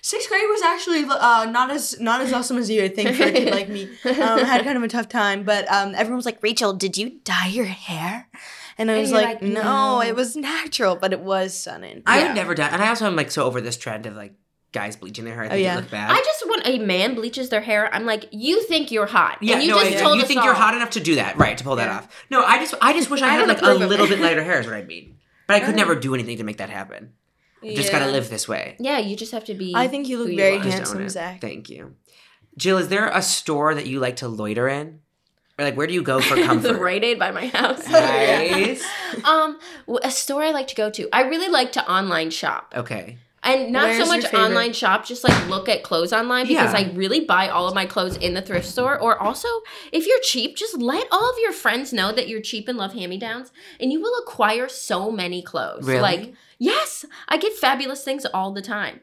Speaker 5: Sixth grade was actually uh, not as not as awesome as you would think for a kid like me. Um, I had kind of a tough time, but um, everyone was like, "Rachel, did you dye your hair?" And I was
Speaker 6: you're
Speaker 5: like,
Speaker 6: like,
Speaker 5: no,
Speaker 6: "No."
Speaker 5: it was natural, but it was sunning."
Speaker 2: I would never done, and I also am like so over this trend of like guys bleaching their hair. I think
Speaker 5: yeah.
Speaker 2: it look bad.
Speaker 6: Oh, I just want a man bleaches their hair. I'm like, you think you're hot.
Speaker 2: yeah,
Speaker 6: and you
Speaker 2: no,
Speaker 6: just
Speaker 2: I,
Speaker 6: told
Speaker 2: you
Speaker 6: us
Speaker 2: think you're
Speaker 6: all.
Speaker 2: hot enough to do that, right? To pull that off. No, I just, I just wish I,
Speaker 6: I
Speaker 2: had
Speaker 6: don't
Speaker 2: like a
Speaker 6: approve of
Speaker 2: little
Speaker 6: it.
Speaker 2: bit lighter hair. Is what I mean. But I could never do anything to make that happen. I Just gotta live this way.
Speaker 6: Yeah, you just have to be.
Speaker 5: I think you look
Speaker 6: who
Speaker 5: very
Speaker 6: are.
Speaker 5: good.
Speaker 2: Just own
Speaker 5: Handsome
Speaker 2: it.
Speaker 5: Zach.
Speaker 2: Thank you. Jill, is there a store that you like to loiter in? Or like, where do you go for comfort?
Speaker 6: the Rite Aid by my house.
Speaker 2: Nice.
Speaker 6: um, w- a store I like to go to. I really like to online shop,
Speaker 2: Okay.
Speaker 6: and not
Speaker 5: Where's
Speaker 6: so
Speaker 5: your
Speaker 6: much
Speaker 5: favorite?
Speaker 6: online shop. Just like look at clothes online because
Speaker 2: Yeah.
Speaker 6: I really buy all of my clothes in the thrift store. Or also, if you're cheap, just let all of your friends know that you're cheap and love hand me downs, and you will acquire so many clothes.
Speaker 2: Really?
Speaker 6: Like, yes, I get fabulous things all the time.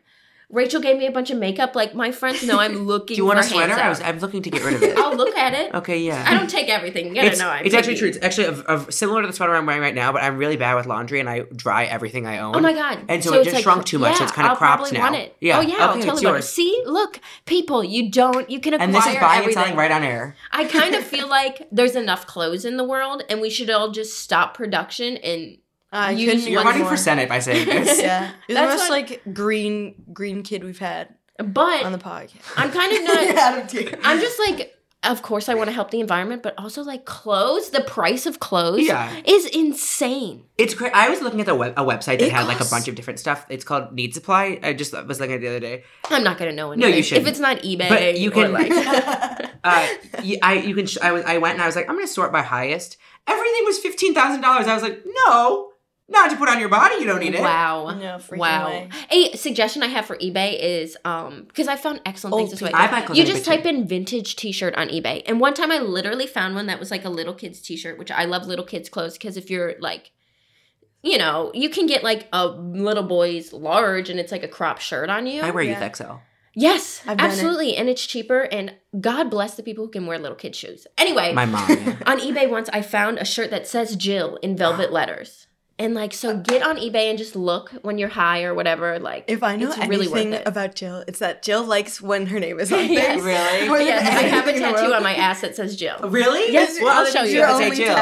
Speaker 6: Rachel gave me a bunch of makeup. Like my friends know I'm looking.
Speaker 2: Do you want
Speaker 6: for
Speaker 2: a sweater?
Speaker 6: hands
Speaker 2: I was,
Speaker 6: up.
Speaker 2: I'm looking to get rid of it.
Speaker 6: I'll look at it.
Speaker 2: Okay, yeah.
Speaker 6: I don't take everything. You gotta
Speaker 2: it's,
Speaker 6: know. I'm
Speaker 2: it's actually
Speaker 6: picky.
Speaker 2: true. It's actually of of- similar to the sweater I'm wearing right now, but I'm really bad with laundry and I dry everything I own.
Speaker 6: Oh my god!
Speaker 2: And so it
Speaker 6: it's
Speaker 2: just shrunk too much, so it's kinda
Speaker 6: I'll
Speaker 2: cropped
Speaker 6: probably
Speaker 2: now.
Speaker 6: Want it.
Speaker 2: Yeah.
Speaker 6: Oh yeah. I'll
Speaker 2: Okay,
Speaker 6: tell
Speaker 2: it's
Speaker 6: you about it.
Speaker 2: yours.
Speaker 6: See, look, people, you don't. You can acquire
Speaker 2: And this is buying and
Speaker 6: everything.
Speaker 2: selling right on air.
Speaker 6: I kind of feel like there's enough clothes in the world, and we should all just stop production and
Speaker 5: I
Speaker 6: You-
Speaker 5: couldn't
Speaker 2: You're
Speaker 5: agree
Speaker 6: One
Speaker 2: running
Speaker 5: more.
Speaker 2: for senate by saying this.
Speaker 5: Yeah, you're the
Speaker 6: That's
Speaker 5: most
Speaker 6: what-
Speaker 5: like green green kid we've had on
Speaker 6: but
Speaker 5: the podcast.
Speaker 6: I'm kind of not.
Speaker 5: Adam Teeter.
Speaker 6: I'm just like. Of course, I want to help the environment, but also like clothes. The price of clothes
Speaker 2: Yeah.
Speaker 6: is insane.
Speaker 2: It's great. I was looking at the web, a website that
Speaker 5: It
Speaker 2: had like a
Speaker 5: costs-
Speaker 2: bunch of different stuff. It's called Need Supply. I just was looking at it the other day.
Speaker 6: I'm not gonna know
Speaker 2: No,
Speaker 6: anything.
Speaker 2: you shouldn't.
Speaker 6: If it's not eBay,
Speaker 2: But you
Speaker 6: or,
Speaker 2: can-
Speaker 6: like,
Speaker 2: Uh, y- I you can. Sh- I was. I went and I was like, I'm gonna sort by highest. Everything was fifteen thousand dollars. I was like, no, not to put on your body. You don't need it.
Speaker 6: wow,
Speaker 5: No freaking
Speaker 6: wow.
Speaker 5: way.
Speaker 6: A suggestion I have for eBay is um because I found excellent
Speaker 5: Old
Speaker 6: things this way.
Speaker 5: people.
Speaker 2: I buy clothes
Speaker 6: You
Speaker 2: on
Speaker 6: just
Speaker 2: eBay, too.
Speaker 6: type in vintage t-shirt on eBay. And one time I literally found one that was like a little kid's t-shirt, which I love little kids clothes because if you're like you know, you can get like a little boy's large and it's like a crop shirt on you.
Speaker 2: I wear
Speaker 5: Yeah.
Speaker 2: youth XL.
Speaker 6: yes,
Speaker 5: I've done it.
Speaker 6: absolutely. And it's cheaper and God bless the people who can wear little kid shoes. Anyway,
Speaker 2: My mom. yeah.
Speaker 6: on eBay once I found a shirt that says Jill in velvet letters. And like so get on eBay and just look when you're high or whatever like
Speaker 5: If I know
Speaker 6: it's really worth
Speaker 5: anything
Speaker 6: it.
Speaker 5: about Jill, it's that Jill likes when her name is on things.
Speaker 6: Yes.
Speaker 2: Really?
Speaker 5: More than
Speaker 6: Yes, I have a
Speaker 5: anything in the
Speaker 6: tattoo
Speaker 5: world.
Speaker 6: on my ass that says Jill.
Speaker 2: Really?
Speaker 6: Yes,
Speaker 2: What
Speaker 6: I'll
Speaker 2: other
Speaker 6: show
Speaker 2: things do
Speaker 6: you.
Speaker 2: you
Speaker 5: Your
Speaker 2: have to say
Speaker 5: only
Speaker 2: Jill?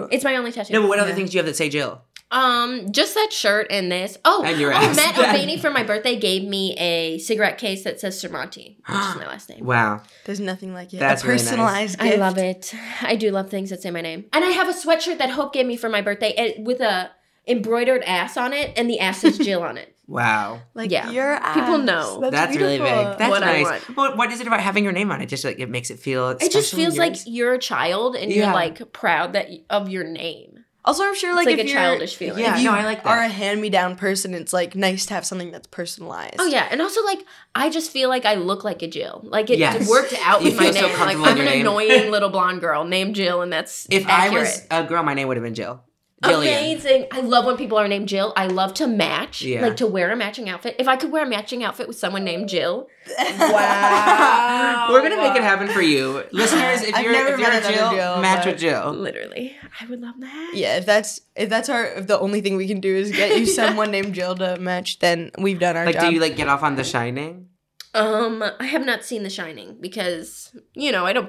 Speaker 5: tattoo.
Speaker 6: It's my only tattoo.
Speaker 2: No, but what other things do you have that say Jill?
Speaker 6: Um, just that shirt and this. Oh,
Speaker 2: And your
Speaker 6: oh,
Speaker 2: ass.
Speaker 6: Matt O'Baney for my birthday gave me a cigarette case that says Sermonti, which is my last name.
Speaker 2: Wow.
Speaker 5: There's nothing like it.
Speaker 2: That's
Speaker 5: a
Speaker 2: really nice.
Speaker 5: personalized
Speaker 6: I
Speaker 5: gift.
Speaker 6: love it. I do love things that say my name. And I have a sweatshirt that Hope gave me for my birthday eh, with a embroidered ass on it, and the ass is Jill on it.
Speaker 2: Wow.
Speaker 5: Like
Speaker 6: Yeah.
Speaker 5: your
Speaker 6: People
Speaker 5: ass.
Speaker 6: know.
Speaker 2: That's, really big.
Speaker 5: beautiful.
Speaker 2: That's
Speaker 6: What I
Speaker 2: nice.
Speaker 6: want.
Speaker 2: But what is it about having your name on it? Just like it makes it feel.
Speaker 6: It just
Speaker 2: special
Speaker 6: feels
Speaker 2: and
Speaker 6: like
Speaker 2: yours?
Speaker 6: you're a child and
Speaker 2: Yeah.
Speaker 6: you're like proud that y- of your name.
Speaker 5: also, I'm sure
Speaker 6: It's
Speaker 5: like,
Speaker 6: like,
Speaker 5: if
Speaker 6: a
Speaker 5: you're,
Speaker 6: childish feeling.
Speaker 2: Yeah,
Speaker 5: if you
Speaker 2: no, I like that.
Speaker 5: are a hand-me-down person, it's like nice to have something that's personalized.
Speaker 6: Oh yeah, and also like I just feel like I look like a Jill. Like it
Speaker 2: Yes.
Speaker 6: worked out
Speaker 2: You
Speaker 6: with my
Speaker 2: feel so
Speaker 6: name. Like
Speaker 2: comfortable in
Speaker 6: I'm an
Speaker 2: your name.
Speaker 6: annoying little blonde girl named Jill, and that's
Speaker 2: If
Speaker 6: accurate.
Speaker 2: I was a girl, my name would have been Jill. Jillian.
Speaker 6: Amazing. I love when people are named Jill. I love to match,
Speaker 2: Yeah.
Speaker 6: like to wear a matching outfit. If I could wear a matching outfit with someone named Jill,
Speaker 5: Wow.
Speaker 2: We're gonna make it happen for you, listeners. If
Speaker 5: I've
Speaker 2: you're,
Speaker 5: never
Speaker 2: if you're
Speaker 5: met
Speaker 2: a
Speaker 5: another
Speaker 2: Jill,
Speaker 5: Jill,
Speaker 2: match
Speaker 5: but-
Speaker 2: with Jill.
Speaker 6: literally, I would love that.
Speaker 5: Yeah, if that's if that's our if the only thing we can do is get you
Speaker 6: Yeah.
Speaker 5: someone named Jill to match, then we've done our
Speaker 2: Like,
Speaker 5: job.
Speaker 2: do you like get off on The Shining?
Speaker 6: Um, I have not seen The Shining because you know I don't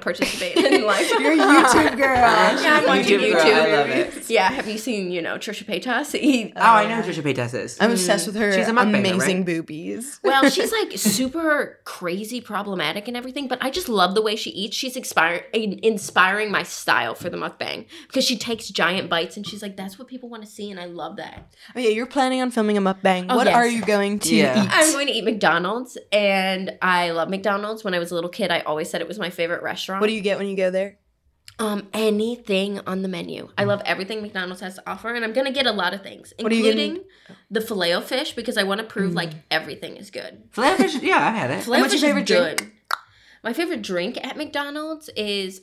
Speaker 6: participate in life.
Speaker 5: You're a YouTube girl.
Speaker 6: Yeah, I'm watching
Speaker 2: YouTube girl, I
Speaker 6: YouTube.
Speaker 2: love it.
Speaker 6: yeah, have you seen you know Trisha Paytas? He-
Speaker 2: Oh, I know who Trisha Paytas is.
Speaker 5: I'm obsessed with her
Speaker 2: She's a mukbanger,
Speaker 5: amazing
Speaker 2: right?
Speaker 5: boobies.
Speaker 6: Well, she's like super crazy, problematic, and everything. But I just love the way she eats. She's inspire- in- inspiring my style for the mukbang because she takes giant bites and she's like, "That's what people want to see," and I love that.
Speaker 5: Oh yeah, you're planning on filming a mukbang.
Speaker 6: Oh,
Speaker 5: what
Speaker 6: yes.
Speaker 5: are you going to
Speaker 2: Yeah.
Speaker 5: eat?
Speaker 6: I'm going to eat McDonald's, and I love McDonald's. When I was a little kid, I always said it was my favorite restaurant.
Speaker 5: what do you get when you go there?
Speaker 6: Um, anything on the menu. I love everything McDonald's has to offer, and I'm gonna get a lot of things,
Speaker 5: are you getting? Mm.
Speaker 6: including the filet fish because I want to prove like everything is good.
Speaker 2: Flatfish, Mm. yeah, I've had it.
Speaker 6: Filet
Speaker 5: what's
Speaker 6: fish
Speaker 5: your
Speaker 6: is
Speaker 5: favorite drink?
Speaker 6: good. My favorite drink at McDonald's is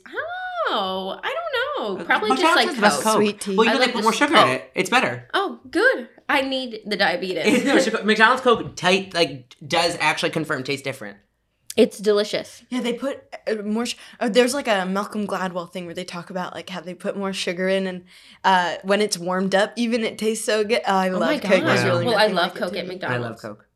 Speaker 6: oh, I don't know, probably just
Speaker 2: Uh, McDonald's
Speaker 6: like
Speaker 2: has the best
Speaker 6: Coke.
Speaker 5: Sweet tea.
Speaker 2: Well, you
Speaker 6: I
Speaker 2: know
Speaker 6: like
Speaker 2: they put
Speaker 6: the
Speaker 2: more sugar in
Speaker 6: Coke.
Speaker 2: it. It's better.
Speaker 6: Oh, good. I need the diabetes.
Speaker 2: No, Chico- McDonald's Coke tight like does actually confirm taste different.
Speaker 6: it's delicious.
Speaker 5: Yeah, they put uh, more. Sh- uh, there's like a Malcolm Gladwell thing where they talk about like how they put more sugar in, and uh, when it's warmed up, even it tastes so good. Oh, I
Speaker 6: Oh my
Speaker 5: love
Speaker 6: god.
Speaker 5: Coke. There's
Speaker 2: Wow.
Speaker 5: really
Speaker 6: well, I
Speaker 5: nothing
Speaker 6: love
Speaker 5: like it
Speaker 6: Coke
Speaker 5: to
Speaker 6: at
Speaker 5: me.
Speaker 2: I
Speaker 6: McDonald's.
Speaker 2: love Coke.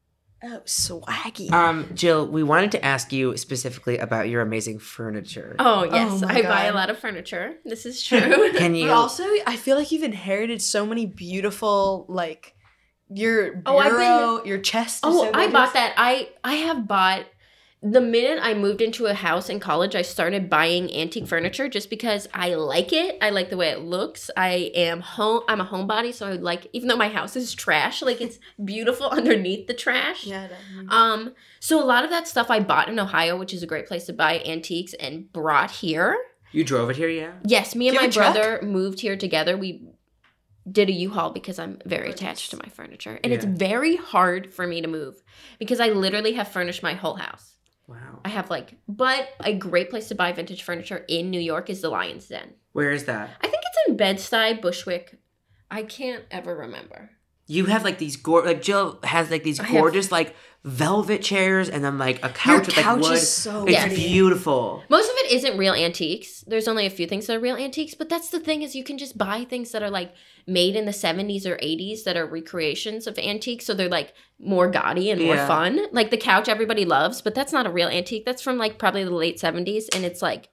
Speaker 5: Oh, swaggy.
Speaker 2: Um, Jill, we wanted to ask you specifically about your amazing furniture.
Speaker 6: Oh yes,
Speaker 5: my
Speaker 6: I buy a
Speaker 5: God.
Speaker 6: lot of furniture. This is true.
Speaker 2: Can you?
Speaker 5: But also, I feel like you've inherited so many beautiful, like your bureau,
Speaker 6: Oh, I've been-
Speaker 5: your chest. is
Speaker 6: Oh,
Speaker 5: so
Speaker 6: I
Speaker 5: gorgeous.
Speaker 6: bought that. I I have bought the minute I moved into a house in college, I started buying antique furniture just because I like it. I like the way it looks. I am home I'm a homebody, so I like even though my house is trash, like it's beautiful underneath the trash.
Speaker 5: Yeah, that-
Speaker 6: Um so a lot of that stuff I bought in Ohio, which is a great place to buy antiques and brought here.
Speaker 2: You drove it here, yeah?
Speaker 6: Yes, me and
Speaker 5: Do you have a
Speaker 6: my
Speaker 5: truck?
Speaker 6: brother moved here together. We did a U-Haul because I'm very attached to my furniture. And it's
Speaker 2: Yeah.
Speaker 6: very hard for me to move because I literally have furnished my whole house.
Speaker 2: Wow.
Speaker 6: I have like but a great place to buy vintage furniture in New York is the Lion's Den.
Speaker 2: Where is that?
Speaker 6: I think it's in Bed-Stuy, Bushwick. I can't ever remember.
Speaker 2: You have like these gor like Jill has like these
Speaker 6: I have-
Speaker 2: gorgeous like velvet chairs and then like a couch with like
Speaker 5: couch is
Speaker 2: wood.
Speaker 5: so
Speaker 2: it's
Speaker 6: pretty.
Speaker 2: beautiful.
Speaker 6: Most of it isn't real antiques. There's only a few things that are real antiques, but that's the thing is you can just buy things that are like made in the 70s or 80s that are recreations of antiques, so they're like more gaudy and more
Speaker 2: Yeah.
Speaker 6: fun. Like the couch everybody loves, but that's not a real antique. That's from like probably the late 70s and it's like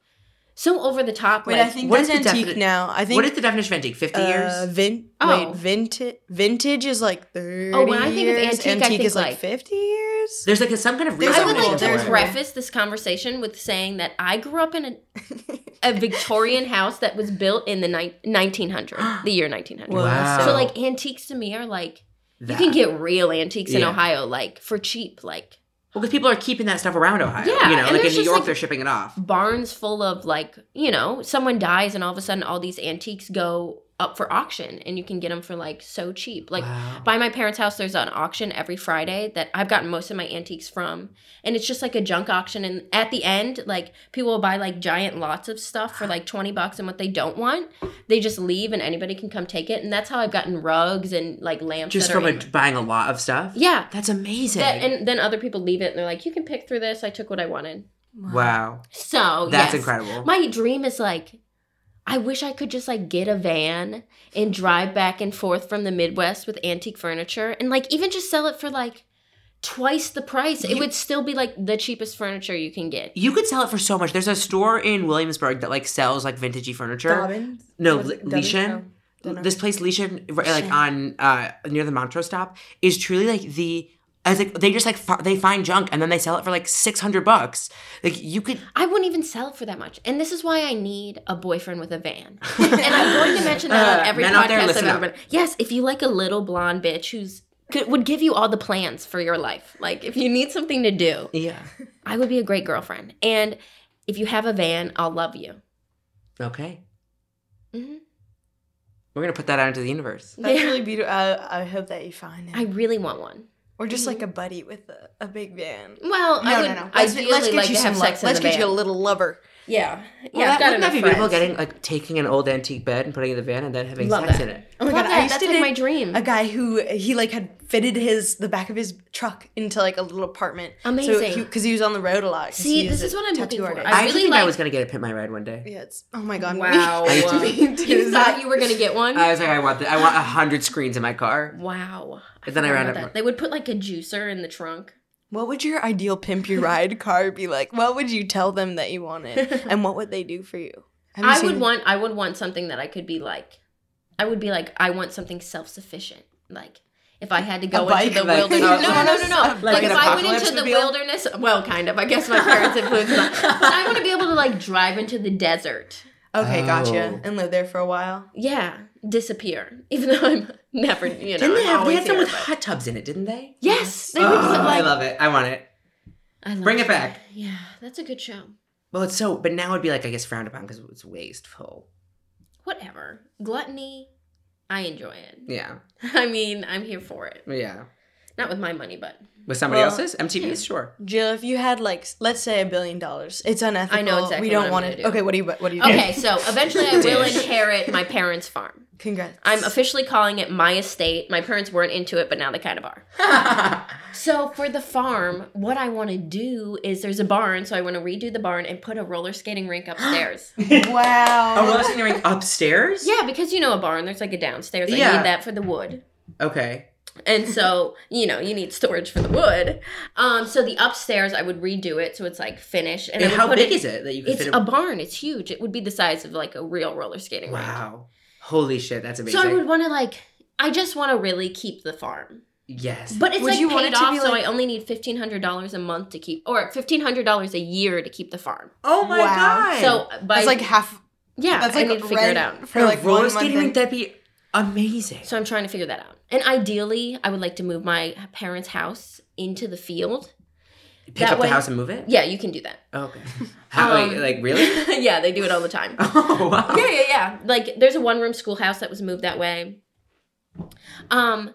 Speaker 6: so over the top.
Speaker 5: Wait,
Speaker 6: like,
Speaker 5: I think
Speaker 2: what
Speaker 5: that's
Speaker 2: is the
Speaker 5: antique
Speaker 2: definite-
Speaker 5: now. I think
Speaker 2: what is the definition of antique? Fifty
Speaker 5: Uh,
Speaker 2: years?
Speaker 5: vin-
Speaker 6: Oh.
Speaker 5: Wait, vintage. Vintage is like thirty.
Speaker 6: Oh, when I think of
Speaker 5: years.
Speaker 6: antique, I think
Speaker 5: is like
Speaker 6: like-
Speaker 5: fifty years.
Speaker 2: There's like a, some kind of
Speaker 5: There's
Speaker 6: I
Speaker 5: a
Speaker 6: would
Speaker 2: reason.
Speaker 5: rule,
Speaker 6: like
Speaker 5: there's
Speaker 6: to preface this conversation with saying that I grew up in a, a Victorian house that was built in the ni- 1900, the year 1900.
Speaker 2: Wow.
Speaker 6: So like antiques to me are like
Speaker 2: That.
Speaker 6: You can get real antiques in
Speaker 2: Yeah.
Speaker 6: Ohio, like for cheap, like
Speaker 2: Well, because people are keeping that stuff around Ohio.
Speaker 6: Yeah,
Speaker 2: you know,
Speaker 6: and
Speaker 2: like in
Speaker 6: there's
Speaker 2: New
Speaker 6: just,
Speaker 2: York,
Speaker 6: like-
Speaker 2: they're shipping it off.
Speaker 6: barns full of like you know someone dies and all of a sudden all these antiques go up for auction and you can get them for like so cheap. Like
Speaker 2: Wow.
Speaker 6: by my parents' house, there's an auction every Friday that I've gotten most of my antiques from, and it's just like a junk auction. And at the end, like people will buy like giant lots of stuff for like twenty bucks, and what they don't want, they just leave, and anybody can come take it. And that's how I've gotten rugs and like lamps.
Speaker 2: Just
Speaker 6: that are
Speaker 2: from
Speaker 6: in-
Speaker 2: like, buying a lot of stuff.
Speaker 6: yeah,
Speaker 2: That's amazing.
Speaker 6: That, and then other people leave it and they're like, you can pick through this. I took what I wanted.
Speaker 2: wow.
Speaker 6: So
Speaker 2: That's
Speaker 6: yes.
Speaker 2: incredible.
Speaker 6: My dream is like, I wish I could just like get a van and drive back and forth from the Midwest with antique furniture and like even just sell it for like twice the price. It would still be like the cheapest furniture you can get.
Speaker 2: you could sell it for so much. There's a store in Williamsburg that like sells like vintagey furniture.
Speaker 5: Dobbins?
Speaker 2: No,
Speaker 5: Was
Speaker 2: Le-
Speaker 5: it Dobbins?
Speaker 2: Leishan.
Speaker 5: Oh. Dinner.
Speaker 2: this place Leisha like on uh near the Montrose stop is truly like the as like they just like fi- they find junk and then they sell it for like 600 bucks. Like you could
Speaker 6: I wouldn't even sell it for that much. And this is why I need a boyfriend with a van. and I'm going to mention that on
Speaker 2: Uh,
Speaker 6: every
Speaker 2: men out there,
Speaker 6: podcast I've
Speaker 2: listen
Speaker 6: ever
Speaker 2: up.
Speaker 6: been. Yes, if you like a little blonde bitch who's could, would give you all the plans for your life. Like if you need something to do,
Speaker 2: yeah.
Speaker 6: I would be a great girlfriend. And if you have a van, I'll love you.
Speaker 2: Okay.
Speaker 6: Mhm.
Speaker 2: We're going to put that out into the universe.
Speaker 5: That's
Speaker 6: Yeah.
Speaker 5: really beautiful. I, I hope that you find it.
Speaker 6: I really want one.
Speaker 5: or just like a buddy with a, a big van.
Speaker 6: Well, I
Speaker 5: No,
Speaker 6: would
Speaker 5: no, no. Let's,
Speaker 6: ideally
Speaker 5: let's get
Speaker 6: like
Speaker 5: you
Speaker 6: to
Speaker 5: some
Speaker 6: have sex
Speaker 5: love. Let's
Speaker 6: in the
Speaker 5: get
Speaker 6: van.
Speaker 5: you a little lover.
Speaker 6: yeah, yeah.
Speaker 2: Well, that, wouldn't
Speaker 6: I've got
Speaker 2: that
Speaker 6: enough
Speaker 2: be beautiful?
Speaker 6: friends.
Speaker 2: Getting like taking an old antique bed and putting it in the van and then having
Speaker 6: Love
Speaker 2: sex
Speaker 6: that.
Speaker 2: in it.
Speaker 5: Oh my
Speaker 6: Love
Speaker 5: god,
Speaker 6: that.
Speaker 5: I used
Speaker 6: That's
Speaker 5: to
Speaker 6: like
Speaker 5: date
Speaker 6: my dream.
Speaker 5: A guy who he like had fitted his the back of his truck into like a little apartment.
Speaker 6: Amazing.
Speaker 5: Because he, was on the road a lot. 'cause
Speaker 6: See,
Speaker 5: he
Speaker 6: this
Speaker 5: a
Speaker 6: is what I'm
Speaker 5: tattoo
Speaker 6: looking for.
Speaker 5: artist.
Speaker 6: I
Speaker 2: I,
Speaker 6: really
Speaker 2: think I
Speaker 6: like-
Speaker 2: was going to get a pit my ride one day.
Speaker 5: Yeah, it's oh my god.
Speaker 6: Wow,
Speaker 5: me too.
Speaker 6: you thought you were gonna get one?
Speaker 2: I was like, I want that. I want a hundred screens in my car.
Speaker 6: wow.
Speaker 2: And then I
Speaker 6: forgot
Speaker 2: ran
Speaker 6: about
Speaker 2: up-
Speaker 6: that. They would put like a juicer in the trunk.
Speaker 5: What would your ideal pimp your ride car be like? What would you tell them that you wanted, and what would they do for you? Have you
Speaker 6: I would
Speaker 5: seen-
Speaker 6: want I would want something that I could be like I would be like I want something self-sufficient. Like if I had to go
Speaker 5: bike,
Speaker 6: into the
Speaker 2: like-
Speaker 6: wilderness.
Speaker 2: No,
Speaker 6: No, no, no, no.
Speaker 2: like
Speaker 6: Like,
Speaker 2: an
Speaker 6: if I went
Speaker 2: apocalypse
Speaker 6: into the
Speaker 2: would be all-
Speaker 6: wilderness, well kind of. I guess my parents influenced me. But I want to be able to like drive into the desert.
Speaker 5: Okay,
Speaker 2: Oh.
Speaker 5: gotcha. And live there for a while.
Speaker 6: Yeah, disappear. Even though I'm never, you know.
Speaker 2: Didn't they
Speaker 6: I'm
Speaker 2: have? They
Speaker 6: always
Speaker 2: had some
Speaker 6: here,
Speaker 2: with
Speaker 6: but-
Speaker 2: hot tubs in it, didn't they?
Speaker 6: Yes, they would
Speaker 2: Oh,
Speaker 6: put
Speaker 2: I
Speaker 6: like
Speaker 2: love it. I want it.
Speaker 6: I love
Speaker 2: Bring it
Speaker 6: that.
Speaker 2: back.
Speaker 6: Yeah, that's a good show.
Speaker 2: Well, it's so, but now it'd be like I guess frowned upon because it's wasteful.
Speaker 6: Whatever. Gluttony, I enjoy it.
Speaker 2: Yeah,
Speaker 6: I mean, I'm here for it.
Speaker 2: yeah.
Speaker 6: Not with my money, but
Speaker 2: With somebody
Speaker 5: Well,
Speaker 2: else's MTV's, sure.
Speaker 5: Jill, if you had like, s- let's say a billion dollars, it's unethical.
Speaker 6: exactly
Speaker 5: We don't
Speaker 6: what I'm
Speaker 5: want
Speaker 6: gonna
Speaker 5: it.
Speaker 6: do.
Speaker 5: Okay, what do you? What do you? do?
Speaker 6: okay. So eventually, I will inherit my parents' farm.
Speaker 5: Congrats.
Speaker 6: I'm officially calling it my estate. My parents weren't into it, but now they kind of are.
Speaker 2: Oh,
Speaker 6: So for the farm, what I want to do is there's a barn, so I want to redo the barn and put a roller skating rink upstairs.
Speaker 2: Oh, we're
Speaker 5: wow.
Speaker 2: listening ring upstairs.
Speaker 6: yeah, because you know a barn, there's like a downstairs. I
Speaker 2: Yeah.
Speaker 6: need that for the wood.
Speaker 2: Okay.
Speaker 6: And so, you know, you need storage for the wood. Um, so the upstairs, I would redo it so it's like finished. And,
Speaker 2: And,
Speaker 6: I would
Speaker 2: how
Speaker 6: put
Speaker 2: big is it that you can
Speaker 6: It's
Speaker 2: fit?
Speaker 6: a barn. It's huge. It would be the size of like a real roller skating rink.
Speaker 2: wow. Holy shit, that's amazing.
Speaker 6: So I would want to like. I just want to really keep the farm,
Speaker 2: yes.
Speaker 6: but it's
Speaker 5: Would
Speaker 6: like
Speaker 5: you want
Speaker 6: paid
Speaker 5: it to
Speaker 6: off,
Speaker 5: be
Speaker 6: so
Speaker 5: like-
Speaker 6: I only need fifteen hundred dollars a month to keep, or fifteen hundred dollars a year to keep the farm.
Speaker 2: oh my
Speaker 5: Wow.
Speaker 2: god.
Speaker 6: So by
Speaker 5: That's like half.
Speaker 6: yeah,
Speaker 5: That's
Speaker 6: I
Speaker 5: like
Speaker 6: need to figure it
Speaker 5: rent
Speaker 6: out.
Speaker 5: for like
Speaker 2: roller
Speaker 5: one
Speaker 2: skating rink.
Speaker 5: month. in.
Speaker 2: That'd be amazing.
Speaker 6: So I'm trying to figure that out. And ideally, I would like to move my parents' house into the field.
Speaker 2: Pick
Speaker 6: that
Speaker 2: up
Speaker 6: way-
Speaker 2: the house and move it.
Speaker 6: Yeah, you can do that.
Speaker 2: Okay. How?
Speaker 6: Um,
Speaker 2: wait, like really?
Speaker 6: yeah, they do it all the time.
Speaker 2: Oh wow.
Speaker 6: yeah, yeah, yeah. Like there's a one room schoolhouse that was moved that way. Um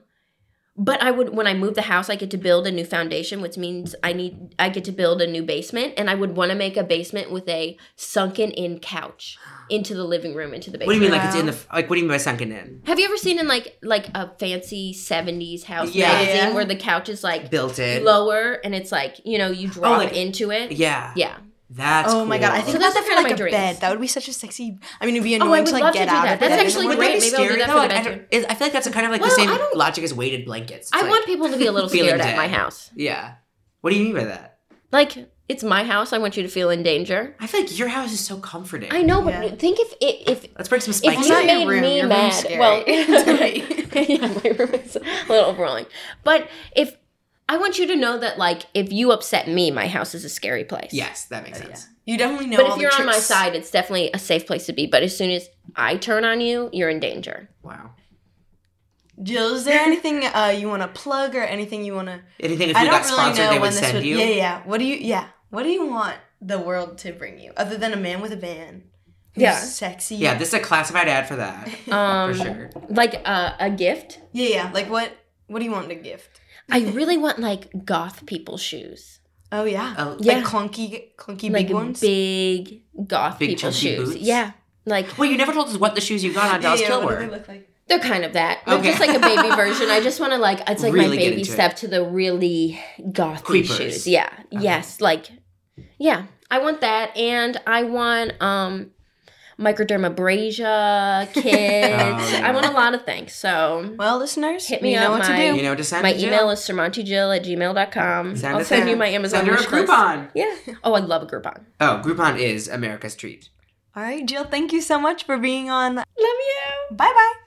Speaker 6: but I would when I move the house, I get to build a new foundation, which means I need I get to build a new basement and I would want to make a basement with a sunken in couch into the living room into the
Speaker 2: What
Speaker 6: basement.
Speaker 2: do you mean? Like it's in the like? What do you mean by sunken in?
Speaker 6: Have you ever seen in like like a fancy 70s house
Speaker 2: Yeah.
Speaker 6: magazine where the couch is like
Speaker 2: Built in.
Speaker 6: lower and it's like, you know, you drop
Speaker 2: Oh, like-
Speaker 6: into it?
Speaker 2: Yeah.
Speaker 6: Yeah.
Speaker 2: That's.
Speaker 5: Oh my god! I
Speaker 2: cool.
Speaker 5: think
Speaker 6: So
Speaker 5: about
Speaker 6: those
Speaker 5: that
Speaker 6: are
Speaker 5: for
Speaker 6: kinda
Speaker 5: like a
Speaker 6: my dreams.
Speaker 5: bed. That would be such a sexy. I mean, it'd be
Speaker 6: I
Speaker 5: annoying
Speaker 6: would
Speaker 5: to
Speaker 6: love
Speaker 5: like
Speaker 6: to
Speaker 5: get
Speaker 6: do
Speaker 5: out
Speaker 6: that.
Speaker 5: of
Speaker 6: That's
Speaker 5: bed.
Speaker 6: actually
Speaker 2: Wouldn't
Speaker 6: great.
Speaker 2: that be
Speaker 6: Maybe I'll do
Speaker 2: scary
Speaker 6: that for
Speaker 2: though?
Speaker 6: the
Speaker 2: Like, I
Speaker 6: bedroom.
Speaker 2: don't- is- I feel like that's a kind of like
Speaker 6: Well,
Speaker 2: the
Speaker 6: I
Speaker 2: same
Speaker 6: don't-
Speaker 2: logic as weighted blankets. It's
Speaker 6: I
Speaker 2: like-
Speaker 6: want people to be a little
Speaker 2: Feel
Speaker 6: scared
Speaker 2: in
Speaker 6: at my
Speaker 2: debt.
Speaker 6: house.
Speaker 2: Yeah. What do you mean by that?
Speaker 6: Like it's my house. I want you to feel in danger.
Speaker 2: I feel like your house is so comforting.
Speaker 6: I know, but
Speaker 5: Yeah.
Speaker 6: think if it, if
Speaker 2: Let's break some
Speaker 6: if
Speaker 2: spikes.
Speaker 5: It's
Speaker 6: you
Speaker 5: not
Speaker 2: in.
Speaker 5: your
Speaker 6: made
Speaker 5: room.
Speaker 6: me
Speaker 5: Your room's
Speaker 6: mad.
Speaker 5: scary.
Speaker 6: Well,
Speaker 5: It's great.
Speaker 6: yeah, my room is a little overwhelming. But if I want you to know that, like, if you upset me, my house is a scary place.
Speaker 2: Yes, that makes
Speaker 5: Oh,
Speaker 2: sense.
Speaker 5: You definitely know.
Speaker 6: But
Speaker 5: all
Speaker 6: if
Speaker 5: the
Speaker 6: you're on my
Speaker 5: tricks.
Speaker 6: side, it's definitely a safe place to be. But as soon as I turn on you, you're in danger.
Speaker 2: Wow.
Speaker 5: Jill, is there anything uh, you want to plug or anything you want to?
Speaker 2: Anything if
Speaker 5: I
Speaker 2: we
Speaker 5: don't
Speaker 2: got
Speaker 5: really
Speaker 2: sponsored,
Speaker 5: know
Speaker 2: they
Speaker 5: when
Speaker 2: would
Speaker 5: this
Speaker 2: send
Speaker 5: would.
Speaker 2: you.
Speaker 5: Yeah, yeah, yeah. What do you? Yeah. What do you want the world to bring you other than a man with a van? Who's
Speaker 6: Yeah.
Speaker 5: Sexy.
Speaker 2: Yeah, this is a classified ad for that.
Speaker 6: Um,
Speaker 2: for sure.
Speaker 6: Like uh, a gift.
Speaker 5: Yeah, yeah. Like what? What do you want in a gift?
Speaker 6: I really want like goth people shoes,
Speaker 5: Oh yeah.
Speaker 2: Oh,
Speaker 6: yeah.
Speaker 5: Like clunky, clunky
Speaker 6: like
Speaker 5: big ones.
Speaker 6: big goth
Speaker 2: Big
Speaker 6: people
Speaker 2: chunky
Speaker 6: shoes.
Speaker 2: boots?
Speaker 6: Yeah, like
Speaker 2: Well, you never told us what the shoes you got on
Speaker 5: Yeah,
Speaker 2: Dallas
Speaker 5: yeah,
Speaker 2: Kill
Speaker 5: what do they
Speaker 2: were.
Speaker 5: look like?
Speaker 6: They're kind of that. They're
Speaker 2: Okay.
Speaker 6: just like a baby version. I just want to like it's like
Speaker 2: Really
Speaker 6: my
Speaker 2: get
Speaker 6: baby
Speaker 2: into it.
Speaker 6: step to the really gothy
Speaker 2: Creepers.
Speaker 6: shoes. Yeah. Yes. Like yeah. I want that and I want um microdermabrasia kits.
Speaker 2: Oh, yeah.
Speaker 6: I want a lot of things. So
Speaker 5: Well, listeners,
Speaker 6: Hit
Speaker 5: hit
Speaker 6: me
Speaker 5: me you know
Speaker 6: up,
Speaker 5: what
Speaker 6: my-
Speaker 5: to do.
Speaker 2: You know, just send
Speaker 6: my
Speaker 2: it to
Speaker 6: email
Speaker 2: Jill.
Speaker 6: is surmountyjill at gmail.com.
Speaker 2: Send
Speaker 6: I'll
Speaker 2: us
Speaker 6: send
Speaker 2: that.
Speaker 6: you my Amazon
Speaker 2: Send her a
Speaker 6: wish list.
Speaker 2: Groupon.
Speaker 6: Yeah. Oh, I love a Groupon.
Speaker 2: Oh, Groupon is America's treat.
Speaker 5: All right, Jill. Thank you so much for being on. Bye
Speaker 6: Love you.
Speaker 5: bye.